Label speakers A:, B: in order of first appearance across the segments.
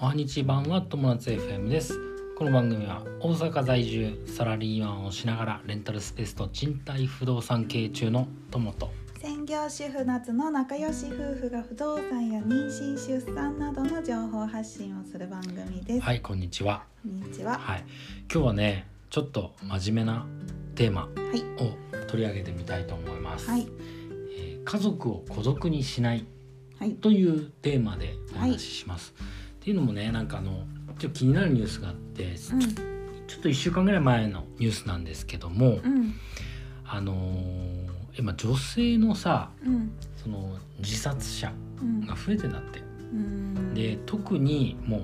A: おはにち版は友達 FM ですこの番組は大阪在住サラリーマンをしながらレンタルスペースと賃貸不動産経営中の友と
B: 専業主婦夏の仲良し夫婦が不動産や妊娠出産などの情報発信をする番組です、
A: はいこんにちは
B: こんにちはは
A: はい今日はねちょっと真面目なテーマ
B: い
A: を取り上げてみたいと思います、
B: はい
A: えー家族を孤独にしない
B: はい
A: というテーマでお話しします、っていうのもねなんかあのちょっと気になるニュースがあってち
B: う
A: ょ
B: ん
A: っと1週間ぐらい前のニュースなんですけども、
B: うん
A: あのー今女性のさ
B: うん
A: その自殺者
B: うん
A: が増えてんだって
B: うん
A: で特にもう、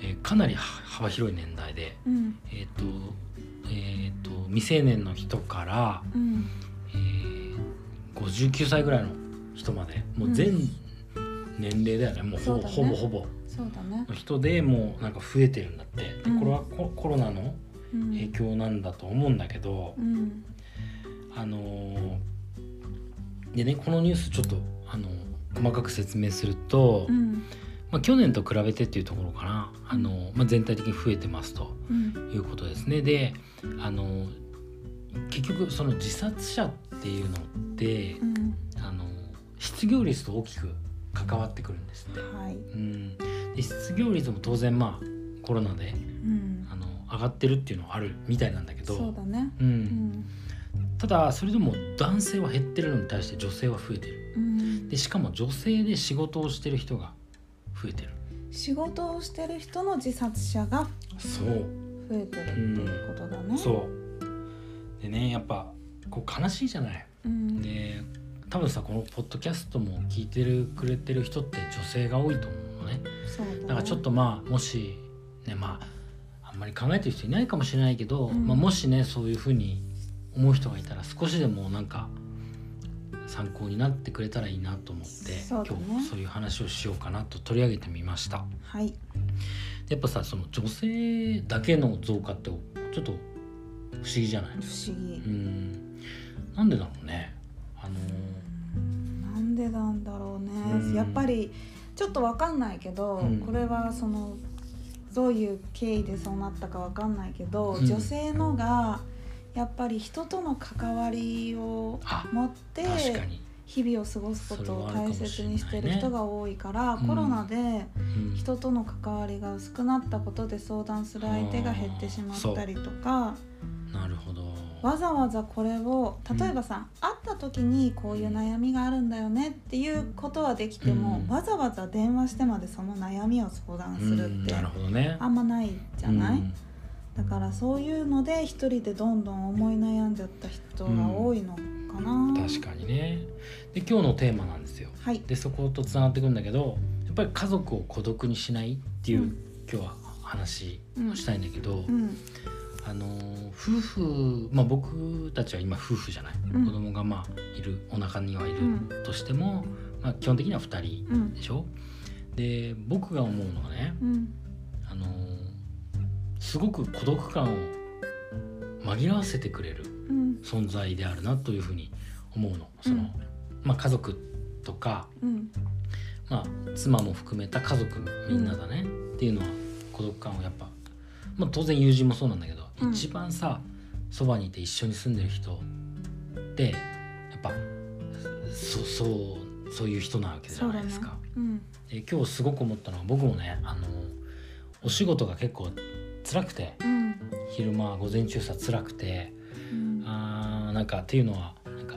A: えーかなりは幅広い年代で
B: うん
A: えっ、とえっ、と未成年の人から、
B: うん
A: えー59歳ぐらいの人までもう全年齢だよね、もうほぼ
B: そう
A: ほ
B: だ
A: ぼ
B: ね
A: ほぼ
B: そうだね
A: の人でもうなんか増えてるんだってで
B: うん
A: これはココロナの
B: うん
A: 影響なんだと思うんだけど、
B: うん
A: あのーでねこのニュースちょっと、あのー細かく説明すると、
B: うん
A: まあ、去年と比べてっていうところかな、あのーまあ、全体的に増えてますと
B: うん
A: いうことですね。で、あのー結局その自殺者っていうのって、
B: うん
A: あのー失業率と大きく関わってくるんですって。
B: はい
A: うん、で失業率も当然まあコロナで、
B: うん
A: あの上がってるっていうのはあるみたいなんだけど
B: そうだね
A: う、
B: うんん
A: ただそれでも男性は減ってるのに対して女性は増えてる
B: うん
A: でしかも女性で仕事をしてる人が増えてる
B: 仕事をしてる人の自殺者が
A: そう
B: 増えてるっていうことだね
A: そうでねやっぱこう悲しいじゃない
B: うん
A: で多分さこのポッドキャストも聞いてるくれてる人って女性が多いと思うのね
B: そうだね
A: だからちょっとまあもしねまああんまり考えてる人いないかもしれないけど、
B: うん
A: まあ、もしねそういうふうに思う人がいたら少しでもなんか参考になってくれたらいいなと思って、
B: そうだね
A: 今日そういう話をしようかなと取り上げてみました。
B: はい
A: やっぱさその女性だけの増加ってちょっと不思議じゃない
B: 不思議
A: うんなんでだろうねあの
B: なんでなんだろうね、
A: うん
B: やっぱりちょっとわかんないけど、
A: うん
B: これはそのどういう経緯でそうなったかわかんないけど、
A: うん
B: 女性のがやっぱり人との関わりを
A: あ
B: 持って
A: 確かに、
B: 日々を過ごすことを大切にしてる人が多いから
A: それ
B: コ
A: は
B: ロ
A: あ
B: ナ
A: る
B: で
A: うん
B: 人との関わりが薄くなったことで相談する相手が減ってしまったりとか。
A: なるほど
B: わざわざこれを例えばさ、会った時にこういう悩みがあるんだよねっていうことはできても、
A: うん
B: わざわざ電話してまでその悩みを相談す
A: う
B: る
A: ん
B: って
A: なるほどね
B: あんまないじゃない、
A: うん
B: だからそういうので一人でどんどん思い悩んじゃった人が多いのかな、
A: 確かにねで今日のテーマなんですよ
B: はい
A: でそことつながってくるんだけどやっぱり家族を孤独にしないってい
B: う
A: う、
B: ん
A: 今日は話をしたいんだけど、
B: うん
A: あのー夫婦、まあ、僕たちは今夫婦じゃない、
B: うん
A: 子供がまあいるお腹にはいる
B: うん
A: としても、まあ、基本的には2人
B: うん
A: でしょで僕が思うのはね、
B: うん
A: あのーすごく孤独感を紛らわせてくれる
B: うん
A: 存在であるなというふうに思うの。そ
B: う
A: の
B: ん
A: まあ、家族とか、
B: うん
A: まあ、妻も含めた家族みんなだね、っていうのは孤独感をやっぱ、まあ、当然友人もそうなんだけど、
B: うん
A: 一番さそばにいて一緒に住んでる人ってやっぱそそうそういう人なわけじゃないですか。
B: うん
A: で今日すごく思ったのは僕もねあのお仕事が結構辛くて
B: うん
A: 昼間午前中さ辛くて
B: うん
A: あーなんかっていうのはなんか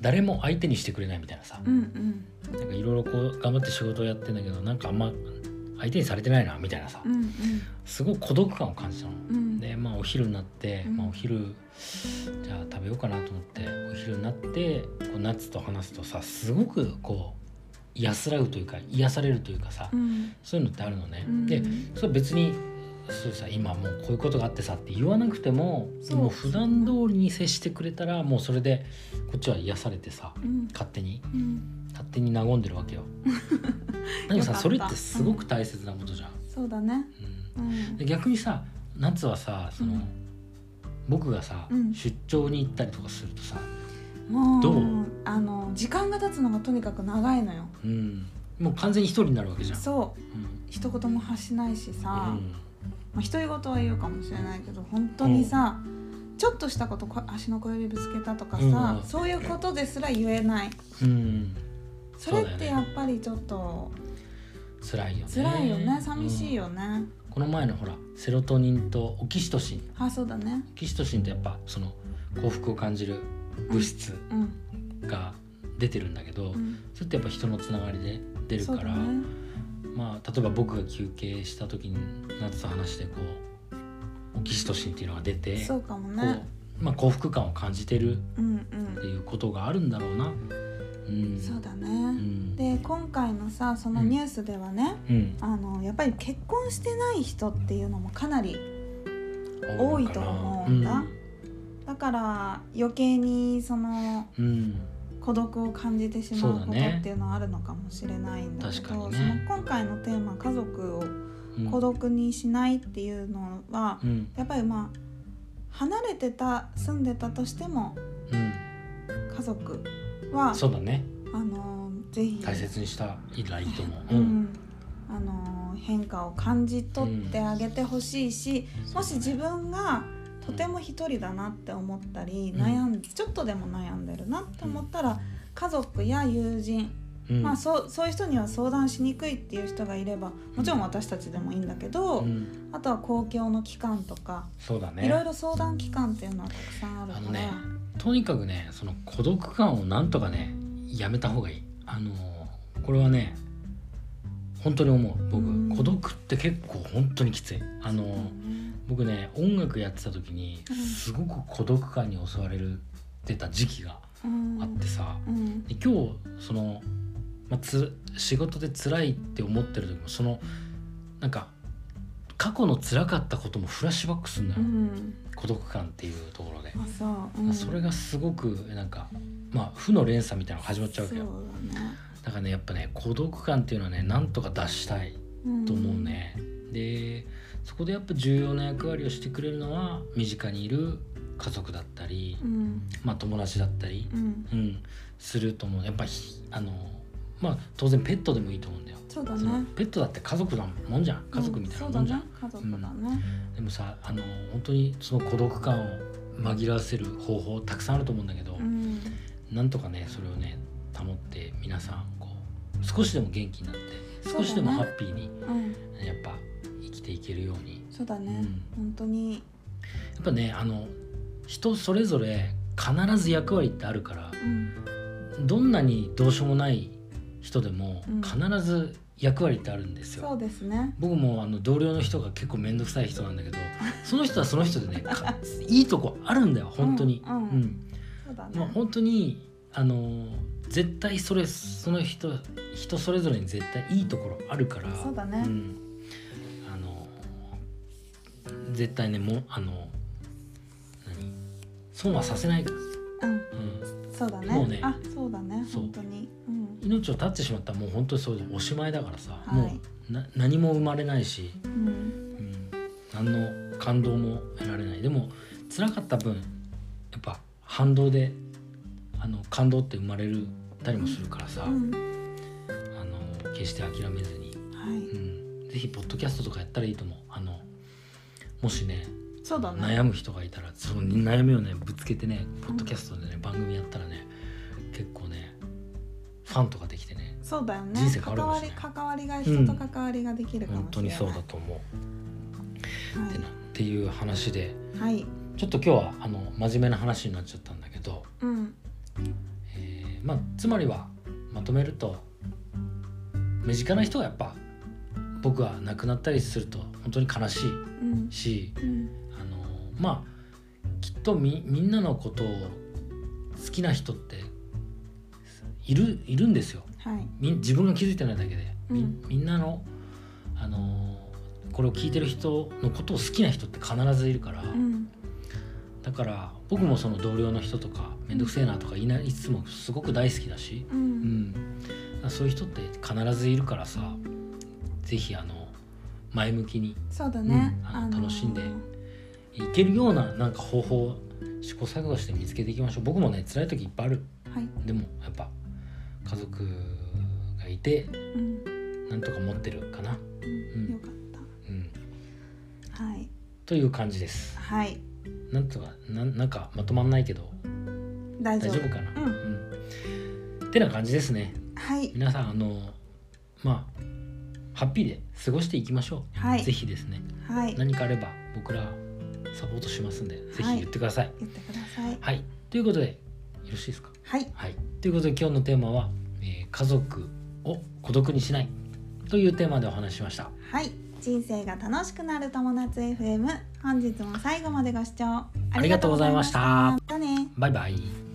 A: 誰も相手にしてくれないみたいなさ、
B: うんうん
A: なんかいろいろこう頑張って仕事をやってんだけどなんかあんま相手にされてないなみたいなさ
B: うん
A: すごい孤独感を感じたの。
B: うん
A: でまあお昼になって、
B: うん
A: まあ、お昼じゃあ食べようかなと思ってお昼になってこう夏と話すとさすごくこう安らぐというか癒されるというかさ、
B: うん
A: そういうのってあるのね。
B: うん
A: でそれは別にそうさ今もうこういうことがあってさって言わなくても
B: そう
A: もう普段通りに接してくれたらもうそれでこっちは癒されてさ
B: うん
A: 勝手に
B: うん
A: 勝手に和んでるわ けよ。で
B: よか
A: も
B: っ
A: さ
B: た
A: それってすごく大切なことじゃん。
B: そうだね
A: うん
B: うん
A: で逆にさ夏はさその、
B: うん
A: 僕がさ、
B: うん
A: 出張に行ったりとかするとさ、
B: もう
A: どう
B: あの時間が経つのがとにかく長いのよ
A: うん、もう完全に一人になるわけじゃん。
B: そう
A: うん
B: 一言も発しないしさ、
A: うん
B: まあ、独り言は言うかもしれないけど本当にさ、ちょっとしたことこ足の小指ぶつけたとかさ、
A: うん
B: そういうことですら言えない
A: うん、
B: それ
A: そう
B: って
A: だ
B: や
A: よ
B: っぱりちょっと
A: 辛いよね。
B: 辛いよね寂しい
A: よ、
B: よね、
A: この前のほらセロトニンとオキシトシン、
B: あそうだね
A: オキシトシンってやっぱその幸福を感じる物質
B: うん、
A: が出てるんだけど、
B: うん、
A: それってやっぱ人のつながりで出る
B: そう
A: か
B: だ
A: ら、
B: ね
A: まあ例えば僕が休憩した時に夏と話してこうオキシトシンっていうのが出て、
B: そうかも
A: こ
B: ね
A: うまあ幸福感を感じてる
B: うん
A: っていうことがあるんだろうな。うん
B: う、んそうだね、
A: うん、
B: で今回のさそのニュースではね、
A: うん、
B: あのやっぱり結婚してない人っていうのもかなり多いと思うんだ
A: かな
B: だから余計にその
A: うん、うん
B: 孤独を感じてしまう
A: そう
B: こと
A: だね
B: っていうのはあるのかもしれないんだけ
A: 確か
B: ど
A: にね
B: その今回のテーマ「家族を
A: うん
B: 孤独にしない」っていうのは
A: うん
B: やっぱりまあ離れてた住んでたとしても
A: うん、
B: 家族は
A: そうだね
B: あのぜひ
A: 大切にしたらいいと思う、
B: うんあの変化を感じ取ってあげてほしいし、もし自分がとても一人だなって思ったり、
A: うん
B: 悩んちょっとでも悩んでるなって思ったら家族や友人、
A: うん、
B: まあ、そうそういう人には相談しにくいっていう人がいればもちろん私たちでもいいんだけど、
A: うん
B: あとは公共の機関とか、
A: そうだね
B: いろいろ相談機関っていうのはたくさんあるか
A: あ
B: ら。
A: のねとにかくねその孤独感をなんとかねやめた方がいいあのーこれはね本当に思う僕、
B: うん
A: 孤独って結構本当にきついあのー僕ね音楽やってた時に
B: うん
A: すごく孤独感に襲われる出た時期が
B: うん
A: あってさ、
B: うん
A: で今日その、まあ、つ仕事で辛いって思ってる時もそのなんか過去の辛かったこともフラッシュバックするんだ
B: う
A: よ、
B: ん
A: 孤独感っていうところで、
B: あそう、うん、
A: それがすごくなんかまあ負の連鎖みたいなのが始まっちゃうわけ
B: そ
A: よ
B: うだね
A: だからねやっぱね孤独感っていうのはねなんとか脱したいと思うね、でそこでやっぱ重要な役割をしてくれるのは身近にいる家族だったり、
B: うん
A: まあ友達だったり、
B: うん
A: うん、すると思うやっぱひあのまあ当然ペットでもいいと思うんだよ、
B: そうだ
A: その
B: ね
A: ペットだって家族だもんじゃん家族みたいなもんじゃん、
B: うんそうだね家族だね
A: でもさあの本当にその孤独感を紛らわせる方法たくさんあると思うんだけど、
B: うん
A: なんとかねそれをね保って皆さんこう少しでも元気になって
B: そうだ
A: 少
B: ね
A: しでもハッピーに、
B: うん
A: やっぱ生きていけるように
B: そうだね
A: うん
B: 本当に
A: やっぱねあの人それぞれ必ず役割ってあるから、
B: うん
A: どんなにどうしようもない人でも
B: うん
A: 必ず役割ってあるんですよ、
B: そうですね
A: 僕もあの同僚の人が結構面倒くさい人なんだけどその人はその 人でねかいいとこあるんだよ本当に、
B: うんうんそうだ
A: うんまあ、
B: ね
A: 本当にあのー絶対それその人人それぞれに絶対いいところあるから
B: そうだね
A: ん、あのー絶対ねもうあの何損はさせないから、
B: うん
A: うん、
B: そうだ
A: もうね
B: ねあそうだね
A: そう
B: 本当にうん
A: 命を絶ってしまったらもう本当にそれでおしまいだからさ、
B: はい
A: もうな何も生まれないし、
B: うん
A: うん、何の感動も得られないでも辛かった分やっぱ反動であの感動って生まれるたりもするからさ、
B: うん
A: あの決して諦めずに、
B: はい
A: うん、ぜひポッドキャストとかやったらいいと思うあのもしね
B: そうだね
A: 悩む人がいたらその悩みをねぶつけてねポッドキャストでね番組やったらね結構ねファンとかできてね
B: そうだよね
A: 人生変
B: 関
A: わるかも
B: わ
A: しれ
B: り
A: ない
B: 関わりが人と関わりができるか
A: 本
B: もし
A: 当
B: れ
A: に
B: ない
A: そうだと思う。
B: は
A: ってなっていう話で
B: いはい
A: ちょっと今日はあの真面目な話になっちゃったんだけど、
B: うん
A: えーまあ、つまりはまとめると身近な人がやっぱ僕は亡くなったりすると本当に悲し
B: うん
A: いし
B: うん
A: あのまあきっとみみんなのことを好きな人っているいるんですよ
B: はい
A: み自分が気づいてないだけで、み
B: うん
A: みんなの、あのこれを聞いてる人のことを好きな人って必ずいるから。
B: うん
A: だから僕もその同僚の人とか面倒くせえなとか言いないつもすごく大好きだし、
B: う
A: うんん、だからそういう人って必ずいるからさ是非あの前向きに
B: そうだね
A: うんあの
B: あの
A: 楽しんでいけるようななんか方法を試行錯誤して見つけていきましょう僕もね辛い時いっぱいある
B: はい
A: でもやっぱ家族がやがいて
B: うん
A: なんとか持ってるかな、
B: うん
A: うん
B: よかっ
A: うん、
B: たはい
A: という感じです
B: はい
A: なんとかなんなんかまとまんないけど
B: 大丈
A: 大
B: 夫
A: 丈夫かな
B: うん
A: うんてな感じですね
B: はい
A: 皆さんあのまあハッピーで過ごしていきましょう、
B: はい
A: ぜひですね
B: はい
A: 何かあれば僕らサポートしますんでぜひ言ってください
B: 言ってください
A: はい、ということでよろしいですか
B: はい
A: はい、ということで今日のテーマは、えー家族を孤独にしないというテーマでお話ししました。
B: はい人生が楽しくなる友達 FM 本日も最後までご視聴あ
A: ありがとうございました
B: りがとうございましたまたね
A: バイバイ。